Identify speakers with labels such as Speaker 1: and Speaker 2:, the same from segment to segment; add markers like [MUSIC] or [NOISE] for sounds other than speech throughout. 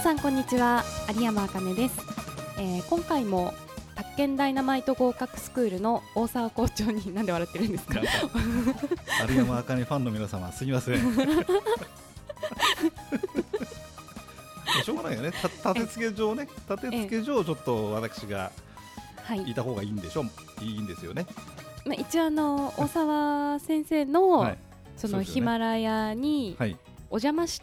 Speaker 1: さんこんにちは有山あかねです、えー今回も宅建ダイナマイト合格スクールの大沢校長になんで笑ってるんです
Speaker 2: [LAUGHS]
Speaker 1: か
Speaker 2: 有山あかねファンの皆様すみません [LAUGHS] しょうがないよねた立て付け上ね立て付け上ちょっと私が
Speaker 1: はい、
Speaker 2: いた方がいいんでしょいいんですよね
Speaker 1: まあ、一応あの大沢先生の、
Speaker 2: はい
Speaker 1: そ
Speaker 2: そう
Speaker 1: の
Speaker 2: ですよ
Speaker 1: ヒ
Speaker 2: ね
Speaker 1: マラヤに
Speaker 2: はい
Speaker 1: お邪魔し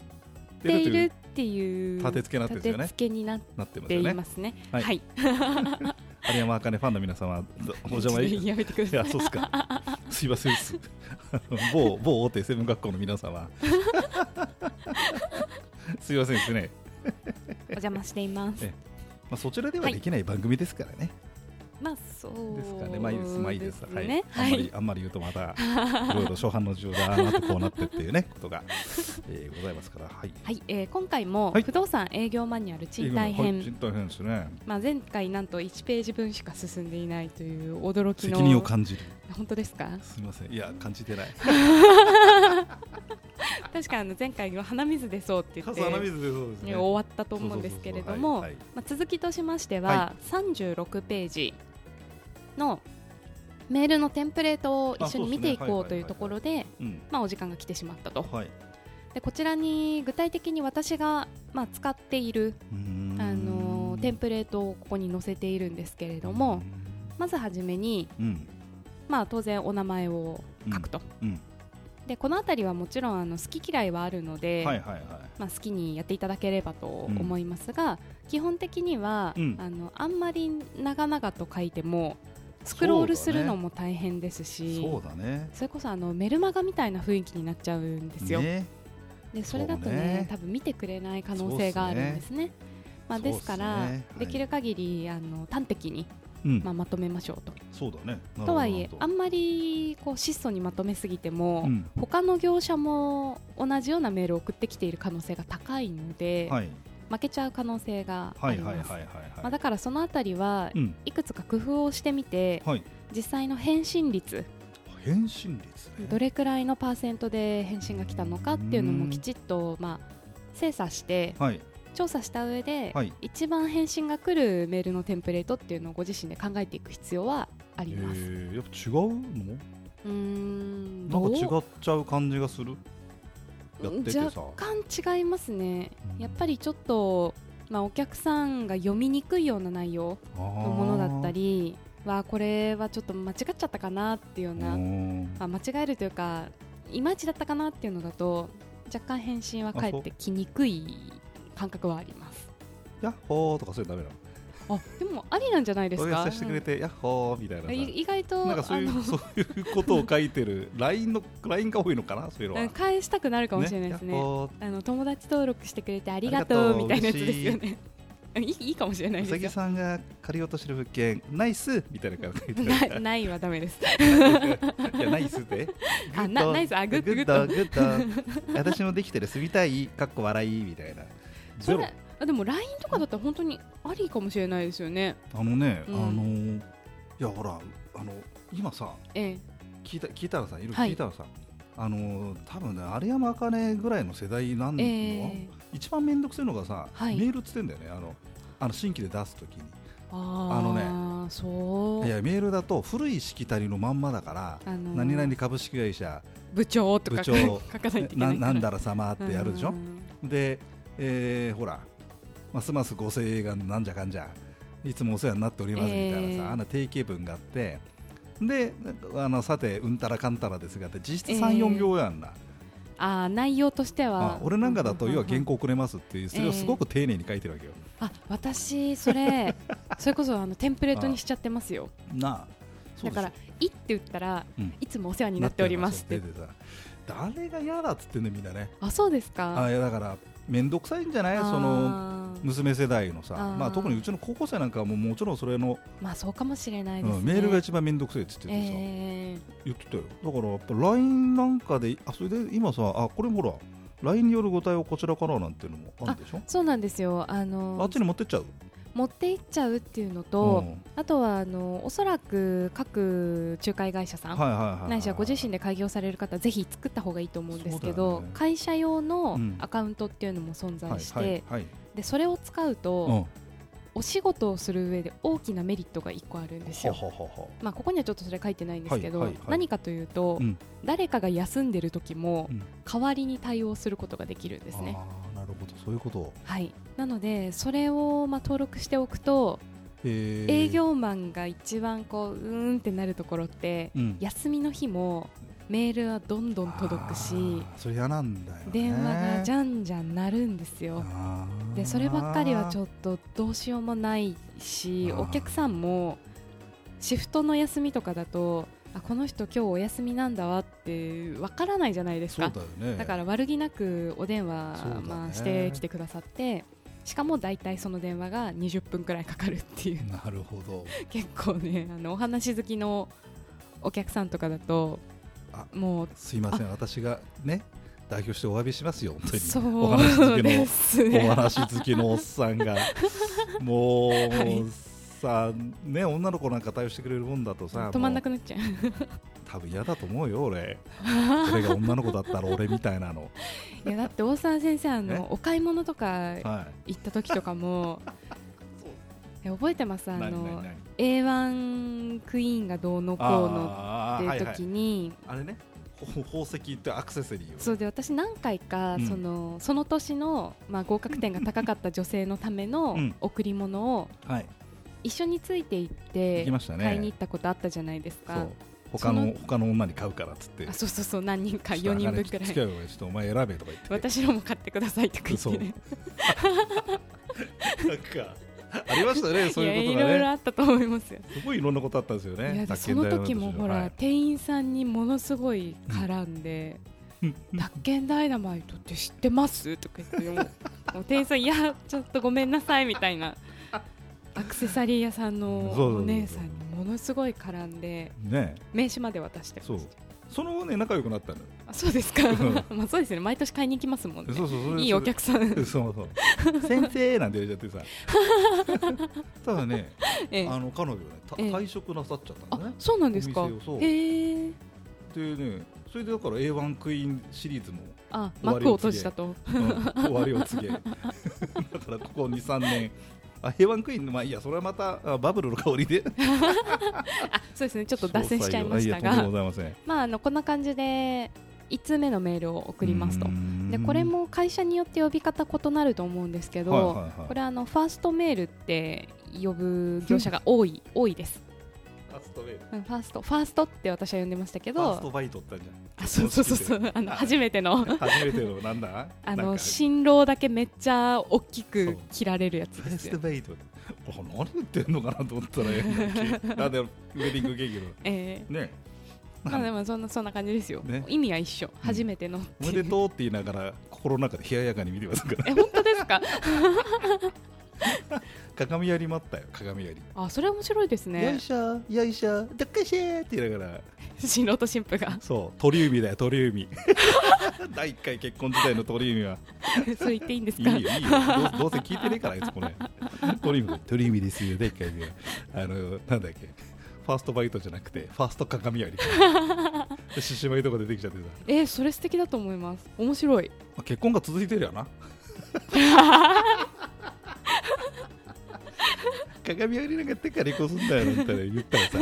Speaker 1: ているっていう
Speaker 2: 立て付けになってるんですよね
Speaker 1: 立て付けになっ
Speaker 2: なってます
Speaker 1: て
Speaker 2: よ
Speaker 1: い
Speaker 2: ね
Speaker 1: ますね
Speaker 2: はい
Speaker 1: はい、
Speaker 2: 有山あかねファンの皆様どお邪魔
Speaker 1: ちょっと [LAUGHS]
Speaker 2: い
Speaker 1: やめてくだ
Speaker 2: い
Speaker 1: さい
Speaker 2: やそうっすか [LAUGHS] すいませんっす [LAUGHS] 某某大手専門学校の皆 [LAUGHS] 様すいませんですね
Speaker 1: お邪魔しています
Speaker 2: えまあそちらではできない番組ですからね、
Speaker 1: まあそう
Speaker 2: ですかね、まあいいです、まあいいです、はい、
Speaker 1: ね
Speaker 2: あん
Speaker 1: はい
Speaker 2: まり、あんまり言うとま
Speaker 1: [LAUGHS]
Speaker 2: た、いろいろ初版の銃だああなってこうなってっていうね、ことが、えーございますから、はい。
Speaker 1: はい、えー今回も
Speaker 2: はい
Speaker 1: 不動産営業マニュアル賃貸編、
Speaker 2: はい賃貸編ですね。
Speaker 1: まあ、前回なんと1ページ分しか進んでいないという驚きの
Speaker 2: 責任を感じる。
Speaker 1: 本当ですか
Speaker 2: すみません、いや、感
Speaker 1: [LAUGHS]
Speaker 2: じてない。
Speaker 1: 確かあの前回の鼻水出そうって言って
Speaker 2: 数穴水で [LAUGHS] そうですね。
Speaker 1: 終わったと思うんですけれども
Speaker 2: そうそうそうそうはいはい
Speaker 1: まあ続きとしまして
Speaker 2: は
Speaker 1: は36ページのメールのテンプレートを一緒に見てい
Speaker 2: あそ
Speaker 1: こ
Speaker 2: う
Speaker 1: う
Speaker 2: です
Speaker 1: と
Speaker 2: ね
Speaker 1: いうところで
Speaker 2: うん、
Speaker 1: まあお時間が来てしまったと
Speaker 2: はい。
Speaker 1: でこちらに具体的に私がまあ使っている
Speaker 2: うーん
Speaker 1: あのーテンプレートをここに載せているんですけれども、まずはじめに、
Speaker 2: うん、
Speaker 1: まあ、当然お名前を
Speaker 2: うん
Speaker 1: 書くと、
Speaker 2: うん、
Speaker 1: でこの辺りはもちろんあの好き嫌いはあるので、
Speaker 2: はいはいは
Speaker 1: まあ、好きにやっていただければと思いますが、基本的には、
Speaker 2: うん
Speaker 1: あのあんまり長々と書いてもスクロールするのも大変です
Speaker 2: い。
Speaker 1: しそ,、
Speaker 2: そうだね。
Speaker 1: れこそあのメルマガみたいな雰囲気になっちゃうんですよ。
Speaker 2: ね、
Speaker 1: でそれだと
Speaker 2: そう
Speaker 1: ね
Speaker 2: ね
Speaker 1: 多分見てくれない可能性があるんですね。まあ、
Speaker 2: そう
Speaker 1: で
Speaker 2: っ
Speaker 1: す
Speaker 2: ね
Speaker 1: すから
Speaker 2: はい
Speaker 1: できる限りあの端的に、
Speaker 2: うん、
Speaker 1: まあ、まとめましょうと。
Speaker 2: そうだね。なるほど
Speaker 1: とはいえあ
Speaker 2: なる
Speaker 1: んまりこう質素にまとめすぎても、
Speaker 2: ほどうん、
Speaker 1: 他の業者も同じようなメールを送ってきている可能性が高いので、
Speaker 2: はい、
Speaker 1: 負けちゃう可能性があ
Speaker 2: はい
Speaker 1: り
Speaker 2: はいは
Speaker 1: ま
Speaker 2: い
Speaker 1: す。
Speaker 2: はい
Speaker 1: まあ、
Speaker 2: はい。
Speaker 1: だからそのあたりは
Speaker 2: うん、
Speaker 1: いくつか工夫をしてみて
Speaker 2: はい。
Speaker 1: 実際の返信率
Speaker 2: 返信率ね。
Speaker 1: どれくらいのパーセントで返信が来たのかっていうのもきちっとまあ精査して
Speaker 2: はい、
Speaker 1: 調査した上で
Speaker 2: はい
Speaker 1: 一番返信が来るメールのテンプレートっていうのをご自身で考えていく必要はあ
Speaker 2: え
Speaker 1: ります。
Speaker 2: ーやっぱ違うの
Speaker 1: うーん
Speaker 2: なんか違
Speaker 1: ど
Speaker 2: っちゃう感じがするやっててさ
Speaker 1: 若干違いますね
Speaker 2: うん
Speaker 1: やっぱりちょっと、まあ、お客さんが読みにくいような内容の
Speaker 2: の
Speaker 1: ものだったりはこれはちょっと間違っちゃったかなっていうような、まあ、間違えるというかいまいちだったかなっていうのだと若干返信は返ってきにくい感覚はあります
Speaker 2: ヤッホーとかそういうのダメなの
Speaker 1: あでもありなんじゃないです
Speaker 2: お
Speaker 1: か
Speaker 2: やしてくれてヤッホーみたいな
Speaker 1: うんい
Speaker 2: さ
Speaker 1: 意外と
Speaker 2: なんかそうい
Speaker 1: あの
Speaker 2: うそういうことを書いてる LINE の LINE が多いのかなそういうのは
Speaker 1: うん返したくなるかもしれないですね
Speaker 2: ヤッホー
Speaker 1: あの友達登録してくれてありがとうみたいなやつですよね [LAUGHS] いいいいかもしれないうです
Speaker 2: さ
Speaker 1: よ
Speaker 2: ぎさんが借りようとしてる物件ナイスみたいな感じで書いて
Speaker 1: なないはダメです。
Speaker 2: ある [LAUGHS] いやナイスで
Speaker 1: あなナイスあグッド
Speaker 2: グッドグッド私もできてる住みたいかっこ笑いみたいなゼ
Speaker 1: [LAUGHS] そ
Speaker 2: ロ
Speaker 1: れあでも LINE とかだったら本当にありかもしれないですよね。
Speaker 2: あのね、
Speaker 1: うん
Speaker 2: あのーいやほらあの今さ
Speaker 1: ええ、
Speaker 2: 聞いた聞いたらさいろいろ
Speaker 1: はい
Speaker 2: 聞いたらさ、あのー多分ね有山茜ぐらいの世代なんの、
Speaker 1: ええ
Speaker 2: 一番面倒くさいのがさ、
Speaker 1: はい
Speaker 2: メールっつってんだよねあのあの新規で出すときに
Speaker 1: あ
Speaker 2: あ
Speaker 1: のねそう
Speaker 2: いやメールだと古いしきたりのまんまだから、
Speaker 1: あのー
Speaker 2: 何々株式会社
Speaker 1: 部長とか
Speaker 2: 部長
Speaker 1: 書かないといけな
Speaker 2: ない
Speaker 1: から
Speaker 2: なんだら様ってやるでしょ、
Speaker 1: うん
Speaker 2: で、えーほらますますご声援がなんじゃかんじゃいつもお世話になっておりますみたいなさ、
Speaker 1: えー
Speaker 2: あの定型文があってでなんかあのさてうんたらかんたらですがって実質
Speaker 1: えー
Speaker 2: 34、行やんな、
Speaker 1: あー内容としては
Speaker 2: あ、俺なんかだと
Speaker 1: うう
Speaker 2: 要
Speaker 1: う
Speaker 2: は原稿くれますっていうそれをすごく丁寧に書いてるわけよ、
Speaker 1: あ私そ
Speaker 2: [LAUGHS]
Speaker 1: れそれこそあのテンプレートにしちゃってますよ。
Speaker 2: なあ
Speaker 1: だからいって言ったら
Speaker 2: うん
Speaker 1: いつもお世話になっておりますって
Speaker 2: 出。てさ誰が嫌だっつってんねみんなね
Speaker 1: あそうです
Speaker 2: あ
Speaker 1: か。
Speaker 2: いやだから面倒くさいんじゃない
Speaker 1: あー
Speaker 2: その娘世代のさ
Speaker 1: あー
Speaker 2: まあ、特にうちの高校生なんかはもうもちろんそれの、
Speaker 1: まあそうかもしれないうで
Speaker 2: ん
Speaker 1: すね。
Speaker 2: メールが一番面倒くさいっつっててさ、
Speaker 1: ええ
Speaker 2: 言ってたよだからやっぱ LINE なんかであそれで今さあこれもほら LINE によるご対応こちらからなんていうのもあるでしょ
Speaker 1: そうなんですよ。あの
Speaker 2: あっちに持ってっちゃう
Speaker 1: 持っていっちゃうっていうのと、
Speaker 2: うん
Speaker 1: あとはあのおそらく各仲介会社さん、
Speaker 2: はいはいはいはい
Speaker 1: ないしはご自身で開業される方ぜひ作った方がいいと思うんですけ
Speaker 2: そうだよ
Speaker 1: ど、
Speaker 2: ね
Speaker 1: 会社用
Speaker 2: う
Speaker 1: の
Speaker 2: ん
Speaker 1: アカウントっていうのも存在して、
Speaker 2: はいはいはい
Speaker 1: でそれを使うと、
Speaker 2: うん
Speaker 1: お仕事をする上で大きなメリットが1個あるんですよ。
Speaker 2: はははは
Speaker 1: まあ、ここにはちょっとそれ書いてないんですけど、
Speaker 2: はいはいはい
Speaker 1: 何かというと、
Speaker 2: うん
Speaker 1: 誰かが休んでる時も
Speaker 2: うん
Speaker 1: 代わりに対応することができるんですね。
Speaker 2: あーなるほどそういうこと
Speaker 1: はい、なのでそれをまあ登録しておくと、
Speaker 2: へー
Speaker 1: 営業マンが一番こううーんってなるところって、
Speaker 2: うん
Speaker 1: 休みの日もメールはどんどん届く
Speaker 2: あ
Speaker 1: し
Speaker 2: ーそれ嫌なんだよね
Speaker 1: 電話がじ
Speaker 2: ゃ
Speaker 1: ゃんじゃん鳴るんですよ。
Speaker 2: ん
Speaker 1: でそればっかりはち
Speaker 2: っ
Speaker 1: ょっとどうしようもないし
Speaker 2: あー
Speaker 1: お客さんもシフトの休みとかだとあこの人今日お休みなんだわってわからないじゃないです
Speaker 2: そう
Speaker 1: か
Speaker 2: だよね
Speaker 1: だから悪気なくお電
Speaker 2: そうだ
Speaker 1: 話、
Speaker 2: ね
Speaker 1: まあ、してきてくださってしかも大体その電話が20分くらいかかるっていう
Speaker 2: なるほど
Speaker 1: 結構ねあのお話好きのお客さんとかだと
Speaker 2: あ
Speaker 1: もう
Speaker 2: すいません私がね代表してお詫びしますよ本
Speaker 1: そ
Speaker 2: 当にお話
Speaker 1: う
Speaker 2: 好きの
Speaker 1: です
Speaker 2: お
Speaker 1: ね。
Speaker 2: 話好きのおっさ
Speaker 1: [LAUGHS]
Speaker 2: んがもう、
Speaker 1: い
Speaker 2: さね女の子なんか対応してくれるもんだとさ
Speaker 1: 止まんな
Speaker 2: も
Speaker 1: くなっ
Speaker 2: [LAUGHS]
Speaker 1: ちゃう
Speaker 2: う多分嫌だと思うよ俺俺が女の子だったら俺みたいな
Speaker 1: [LAUGHS]
Speaker 2: の、
Speaker 1: いやだって大沢先生あ
Speaker 2: え
Speaker 1: のお買い物とか
Speaker 2: は
Speaker 1: 行った時とか
Speaker 2: [LAUGHS]
Speaker 1: もえ覚えてます
Speaker 2: い、
Speaker 1: あ
Speaker 2: 何
Speaker 1: の
Speaker 2: 何何
Speaker 1: A1 クイーンがどうのこうの
Speaker 2: あー
Speaker 1: っていう
Speaker 2: はいはい
Speaker 1: 時に、
Speaker 2: あれねほ宝石ってアクセサリーよね
Speaker 1: そうで私何回か
Speaker 2: うん
Speaker 1: その,、その年の、まあ、合格点が高かった女性のための
Speaker 2: うん
Speaker 1: 贈り物を
Speaker 2: はい
Speaker 1: 一緒について行っ
Speaker 2: 行
Speaker 1: て
Speaker 2: きましたね
Speaker 1: 買いに行ったことあったじゃないです
Speaker 2: そ
Speaker 1: か
Speaker 2: う。他
Speaker 1: そ
Speaker 2: の
Speaker 1: の
Speaker 2: 他の女に買うからっつって
Speaker 1: あそうそうそう何人か
Speaker 2: ちょ
Speaker 1: 4
Speaker 2: っと
Speaker 1: 人分く
Speaker 2: あかね
Speaker 1: ら
Speaker 2: 付き
Speaker 1: い
Speaker 2: 合うよちょっとお前選べとか言って
Speaker 1: 私のも買ってくださいとか言って
Speaker 2: そう
Speaker 1: ね [LAUGHS]
Speaker 2: なんかありましたねそういう
Speaker 1: い
Speaker 2: こ
Speaker 1: や
Speaker 2: と
Speaker 1: いろ
Speaker 2: が
Speaker 1: いろ
Speaker 2: ね
Speaker 1: あったと思いますよ
Speaker 2: すごいいろんなことあったんですよ
Speaker 1: いや
Speaker 2: ね
Speaker 1: でその時もほら、
Speaker 2: はい
Speaker 1: 店員さんにものすごい絡んで「宅建ダイナマイトって知ってます?」とか言ってもうもう店員さん「いやちょっとごめんなさい」みたい
Speaker 2: [LAUGHS]
Speaker 1: なアクセサリー屋さんの
Speaker 2: そうそうそうそう
Speaker 1: お姉さんにものすごい絡んで
Speaker 2: ね
Speaker 1: 名刺まで渡してま
Speaker 2: そう
Speaker 1: した
Speaker 2: その後ね仲良くなったのよ
Speaker 1: あそうです
Speaker 2: [LAUGHS]
Speaker 1: か
Speaker 2: うん
Speaker 1: まあそうですね毎年買いに行きますもんね
Speaker 2: そうそうそれ
Speaker 1: いいお客さん
Speaker 2: そうそう先生なんて言われちゃって
Speaker 1: [LAUGHS]
Speaker 2: さただね
Speaker 1: ええ
Speaker 2: あの彼女ねた
Speaker 1: ええ
Speaker 2: 退職なさっちゃったんだ
Speaker 1: あ
Speaker 2: ね
Speaker 1: そうなんです
Speaker 2: お
Speaker 1: か
Speaker 2: 店をそう
Speaker 1: へえ
Speaker 2: でねそれでだから A1 クイーンシリ
Speaker 1: [LAUGHS]
Speaker 2: ーズも
Speaker 1: あ
Speaker 2: 終わり
Speaker 1: 幕を
Speaker 2: を告
Speaker 1: 閉
Speaker 2: げ
Speaker 1: じたと
Speaker 2: うん終わりを告げだからここ23年あ平和クイーンのまあいいやそれはまたあバブルの香りでちょ
Speaker 1: [LAUGHS] あそうですねちょっと脱線しちゃいましたが
Speaker 2: とんでもございません
Speaker 1: まあ、あのこんな感じで1通目のメールを送りますと
Speaker 2: うーん
Speaker 1: でこれも会社によって呼び方異なると思うんですけど、
Speaker 2: はいはいはい
Speaker 1: これあのファーストメールって呼ぶ業者が多
Speaker 2: [LAUGHS]
Speaker 1: い多いです
Speaker 2: ファーストウェイフ
Speaker 1: うんファーストファーストって私は呼んでましたけ
Speaker 2: ァースト
Speaker 1: ど
Speaker 2: バイトってあるじゃん
Speaker 1: あそうそうそうそうあの初めての
Speaker 2: 初めてのなんだ
Speaker 1: あ
Speaker 2: なん
Speaker 1: の
Speaker 2: か
Speaker 1: 新郎だけめっちゃ大き
Speaker 2: そう
Speaker 1: く切られるやつ
Speaker 2: ファ
Speaker 1: で
Speaker 2: ー
Speaker 1: す
Speaker 2: ス
Speaker 1: よ
Speaker 2: ト、バイトあ何言ってんのかなと思ったらえなんでウェディングケーキ
Speaker 1: ええ
Speaker 2: のね
Speaker 1: まあでもそんなそんな感じですよ、
Speaker 2: ね
Speaker 1: 意味は一緒初めてのっ
Speaker 2: お
Speaker 1: てい
Speaker 2: めで
Speaker 1: う
Speaker 2: とうって言いながら心の中で冷ややかに見てますから
Speaker 1: [LAUGHS]
Speaker 2: [LAUGHS]
Speaker 1: え本当ですか
Speaker 2: 鏡やりもあったよ鏡やり
Speaker 1: あそれ面白いです
Speaker 2: よ
Speaker 1: ね
Speaker 2: いしょよいしょどっかしーって言いながら
Speaker 1: 新郎と新婦
Speaker 2: [LAUGHS]
Speaker 1: が
Speaker 2: そう鳥海だよ鳥
Speaker 1: [LAUGHS]
Speaker 2: 海第1回結婚時代の鳥海は
Speaker 1: それ言っていいんです
Speaker 2: いい
Speaker 1: か
Speaker 2: よいいよどうどうせ聞いてねえからあいつこれ鳥海鳥海ですよ第1回目あのなんだっけファーストバイトじゃなくてファースト鏡やりで獅子舞とか出てきちゃってさ、
Speaker 1: えーそれ素敵だと思います面白い
Speaker 2: まあ、結婚が続いてる
Speaker 1: [LAUGHS]
Speaker 2: よな鏡やりなんかやってっから離婚すんだよなんて言ったらさ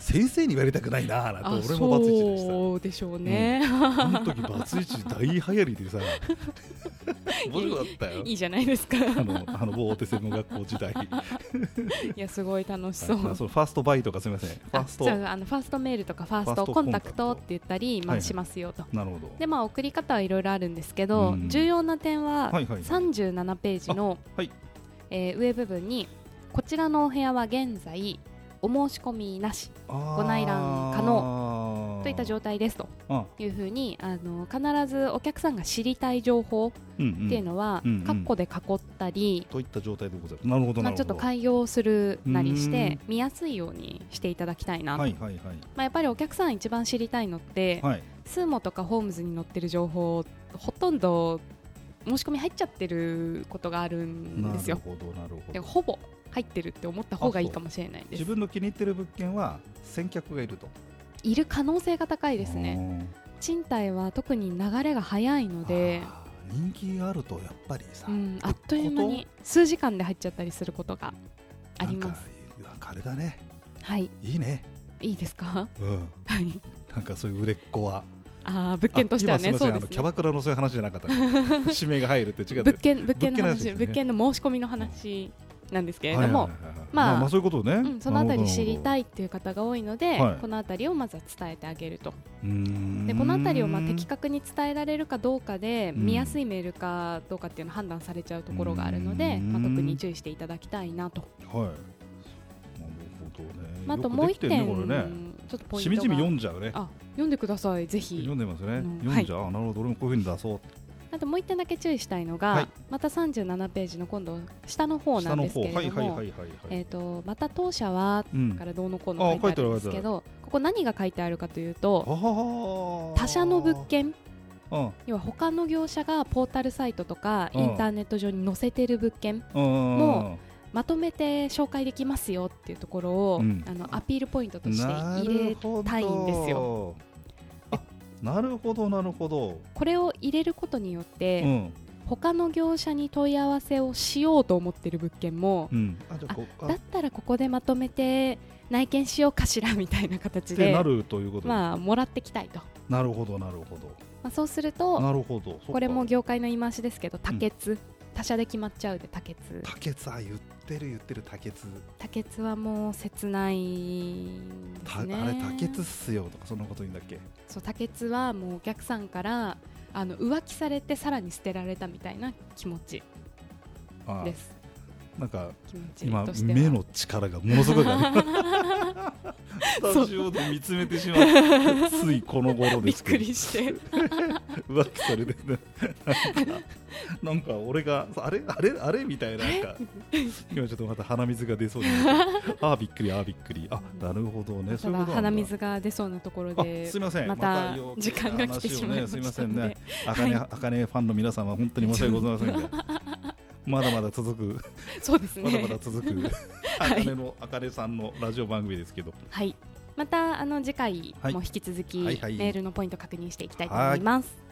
Speaker 2: 先生に言われたくないなーなんて俺もバツイチでした
Speaker 1: そうでしょうね、
Speaker 2: あの時バツイチ大流行り
Speaker 1: [LAUGHS]
Speaker 2: でさ面白かったよ
Speaker 1: いいじゃないですかい
Speaker 2: あのあの某大手専門学校時代
Speaker 1: やすごい楽しそう、
Speaker 2: はいまあそのファーストバイトかすみませんファースト
Speaker 1: あそうあのファーストメールとかファースト
Speaker 2: ファースト
Speaker 1: コンタクトっ
Speaker 2: コンタクト
Speaker 1: て言ったり、ま
Speaker 2: はいは
Speaker 1: あ、
Speaker 2: い
Speaker 1: しますよと、
Speaker 2: なるほど
Speaker 1: でまあ送り方はいろいろあるんですけど、
Speaker 2: うん
Speaker 1: 重要な点は
Speaker 2: はいはい
Speaker 1: 37ページの、
Speaker 2: あはい
Speaker 1: えー上部分にこちらのお部屋は現在お申し込みなしご内覧可
Speaker 2: 能
Speaker 1: といった状態ですと
Speaker 2: あ、
Speaker 1: いうふうにあの必ずお客さんが知りたい情報
Speaker 2: うんうん、
Speaker 1: っていうのは、
Speaker 2: うんうん
Speaker 1: カッコで囲ったり、
Speaker 2: といった状態でございますなるほど
Speaker 1: ま
Speaker 2: な
Speaker 1: あ、
Speaker 2: る
Speaker 1: ちょ
Speaker 2: ほ
Speaker 1: っ
Speaker 2: ど、
Speaker 1: と開業するなりし
Speaker 2: うー
Speaker 1: て
Speaker 2: ん
Speaker 1: 見やすいようにしていただきたいな、
Speaker 2: はいはいはい
Speaker 1: まあ、やっぱりお客さん一番知りたいのって、
Speaker 2: はい
Speaker 1: スーモとかホームズに載ってる情報ほとんど申し込み入っちゃってることがあるんですよ
Speaker 2: なるほどなるほ
Speaker 1: で
Speaker 2: ど
Speaker 1: ほぼ入ってるって思った方がいいかもしれないで
Speaker 2: 自
Speaker 1: す
Speaker 2: 分の気に入ってる物件は先客がいると
Speaker 1: いる可能性が高いですね
Speaker 2: ね
Speaker 1: 賃貸は特に流れが早いので
Speaker 2: あ人気あるとやっぱりさ、
Speaker 1: うん、あっという間に数時間で入っちゃったりすることがあります
Speaker 2: なんかあれだね
Speaker 1: はい
Speaker 2: いいね
Speaker 1: いいですか
Speaker 2: うん
Speaker 1: はい
Speaker 2: なんかそういう売れっ子は
Speaker 1: ああ物件としては
Speaker 2: あ
Speaker 1: ね
Speaker 2: 今す
Speaker 1: そ
Speaker 2: み
Speaker 1: うで
Speaker 2: ませんあの
Speaker 1: す
Speaker 2: キャ
Speaker 1: ね
Speaker 2: バクラのそういう話じゃなかった [LAUGHS] ね指名が入るって違って
Speaker 1: 物件物件の
Speaker 2: 物件の話で
Speaker 1: 話
Speaker 2: すね
Speaker 1: 物件の申し込みの話なんですけれども、ま
Speaker 2: ま
Speaker 1: あ
Speaker 2: あまあそういうことね、
Speaker 1: うん、そのあたり知り
Speaker 2: い
Speaker 1: たいっていう方が多いので、
Speaker 2: はい
Speaker 1: このあたりをまずは伝えてあげると、で
Speaker 2: で
Speaker 1: このあたりをまあ的確に伝えられるかどうかで、
Speaker 2: うん
Speaker 1: 見やすいメールかどうかっていうのを判断されちゃうところがあるので、
Speaker 2: うん
Speaker 1: まあ、特に注意していただきたいなと、
Speaker 2: はいなるほどね、
Speaker 1: まあ、あと
Speaker 2: よく
Speaker 1: もう
Speaker 2: で
Speaker 1: 一
Speaker 2: きてるね
Speaker 1: 点、
Speaker 2: これね
Speaker 1: ちょっとポイン
Speaker 2: し
Speaker 1: ト
Speaker 2: み
Speaker 1: が
Speaker 2: じみ読んじゃうね
Speaker 1: あ読んでくださいぜひ
Speaker 2: 読んでますね、
Speaker 1: うん
Speaker 2: 読んじゃう、あなるほど俺もこういうふうに出そう
Speaker 1: あともう一点だけ注意したいのが、
Speaker 2: はい
Speaker 1: また37ページの今度下の方な
Speaker 2: 下
Speaker 1: ん
Speaker 2: の
Speaker 1: です
Speaker 2: 方
Speaker 1: けれども、
Speaker 2: はいはいはいはいはい、
Speaker 1: えー、とまた当社は
Speaker 2: うん
Speaker 1: からどうのこうの書いてあるんですけどここ何が書いてあるかというと
Speaker 2: ああ
Speaker 1: 他社の物件
Speaker 2: うん
Speaker 1: 要は他の業者がポータルサイトとか
Speaker 2: うん
Speaker 1: インターネット上に載せてる物件
Speaker 2: も
Speaker 1: まとめて紹介できますよっていうところを、
Speaker 2: うん
Speaker 1: あのアピールポイントとして入れたいんですよ。
Speaker 2: よなるほどなるほど、
Speaker 1: これを入れることによっ
Speaker 2: う
Speaker 1: て、
Speaker 2: ん
Speaker 1: 他の業者に問い合わせをしようと思ってる物件も
Speaker 2: う、ん、あじゃあこうあ
Speaker 1: だったらここでまとめて内見しようかしらみたいな形
Speaker 2: って
Speaker 1: で
Speaker 2: なるということで、
Speaker 1: まあもらってきたいと、
Speaker 2: なるほどなるほど
Speaker 1: まあ、そうすると
Speaker 2: なるほどそっか
Speaker 1: これも業界の言い回しですけど多欠、他社で決まっちゃうで多欠
Speaker 2: タケツあ言ってる言ってるタケツ、
Speaker 1: 多欠はもう切ないで
Speaker 2: たあ
Speaker 1: す
Speaker 2: れ
Speaker 1: ね
Speaker 2: タケツっすよとかそんなこと言うんだっけ
Speaker 1: そう多欠はもうお客さんからあの浮気されてさらに捨てられたみたいな気持ち
Speaker 2: ああ
Speaker 1: です
Speaker 2: なんか
Speaker 1: 気持ち
Speaker 2: 今
Speaker 1: としては
Speaker 2: 目の力がものすごいあ
Speaker 1: [LAUGHS]
Speaker 2: るスタジオで見つめてしま
Speaker 1: [LAUGHS]
Speaker 2: うついこの頃
Speaker 1: び
Speaker 2: で
Speaker 1: っ
Speaker 2: す
Speaker 1: く [LAUGHS]
Speaker 2: けど
Speaker 1: りして
Speaker 2: [LAUGHS] 浮気され
Speaker 1: [LAUGHS]
Speaker 2: てねなんかなんか俺があれあれあれみたいななんか今ちょっとまた鼻水が出そうにな
Speaker 1: [LAUGHS]
Speaker 2: ってああびっくりああびっくりあなるほどね
Speaker 1: た
Speaker 2: そうい
Speaker 1: だ
Speaker 2: うことなんだ
Speaker 1: 鼻水が出そうなところ
Speaker 2: あ
Speaker 1: です
Speaker 2: いません
Speaker 1: また
Speaker 2: よ
Speaker 1: 時間が来てしまいま
Speaker 2: 話をねすい
Speaker 1: し
Speaker 2: ま
Speaker 1: た
Speaker 2: せん
Speaker 1: の
Speaker 2: ね
Speaker 1: で
Speaker 2: あかねあかねファンの皆様本当に申し訳ございませんがまだまだ続く
Speaker 1: そうです
Speaker 2: まだまだ
Speaker 1: ね
Speaker 2: 続くあかねのあかねさんのラジオ番組ですけど
Speaker 1: はいまたあの次回も引き続き
Speaker 2: は
Speaker 1: メ
Speaker 2: いはいはい
Speaker 1: ールのポイント確認していきたいと思います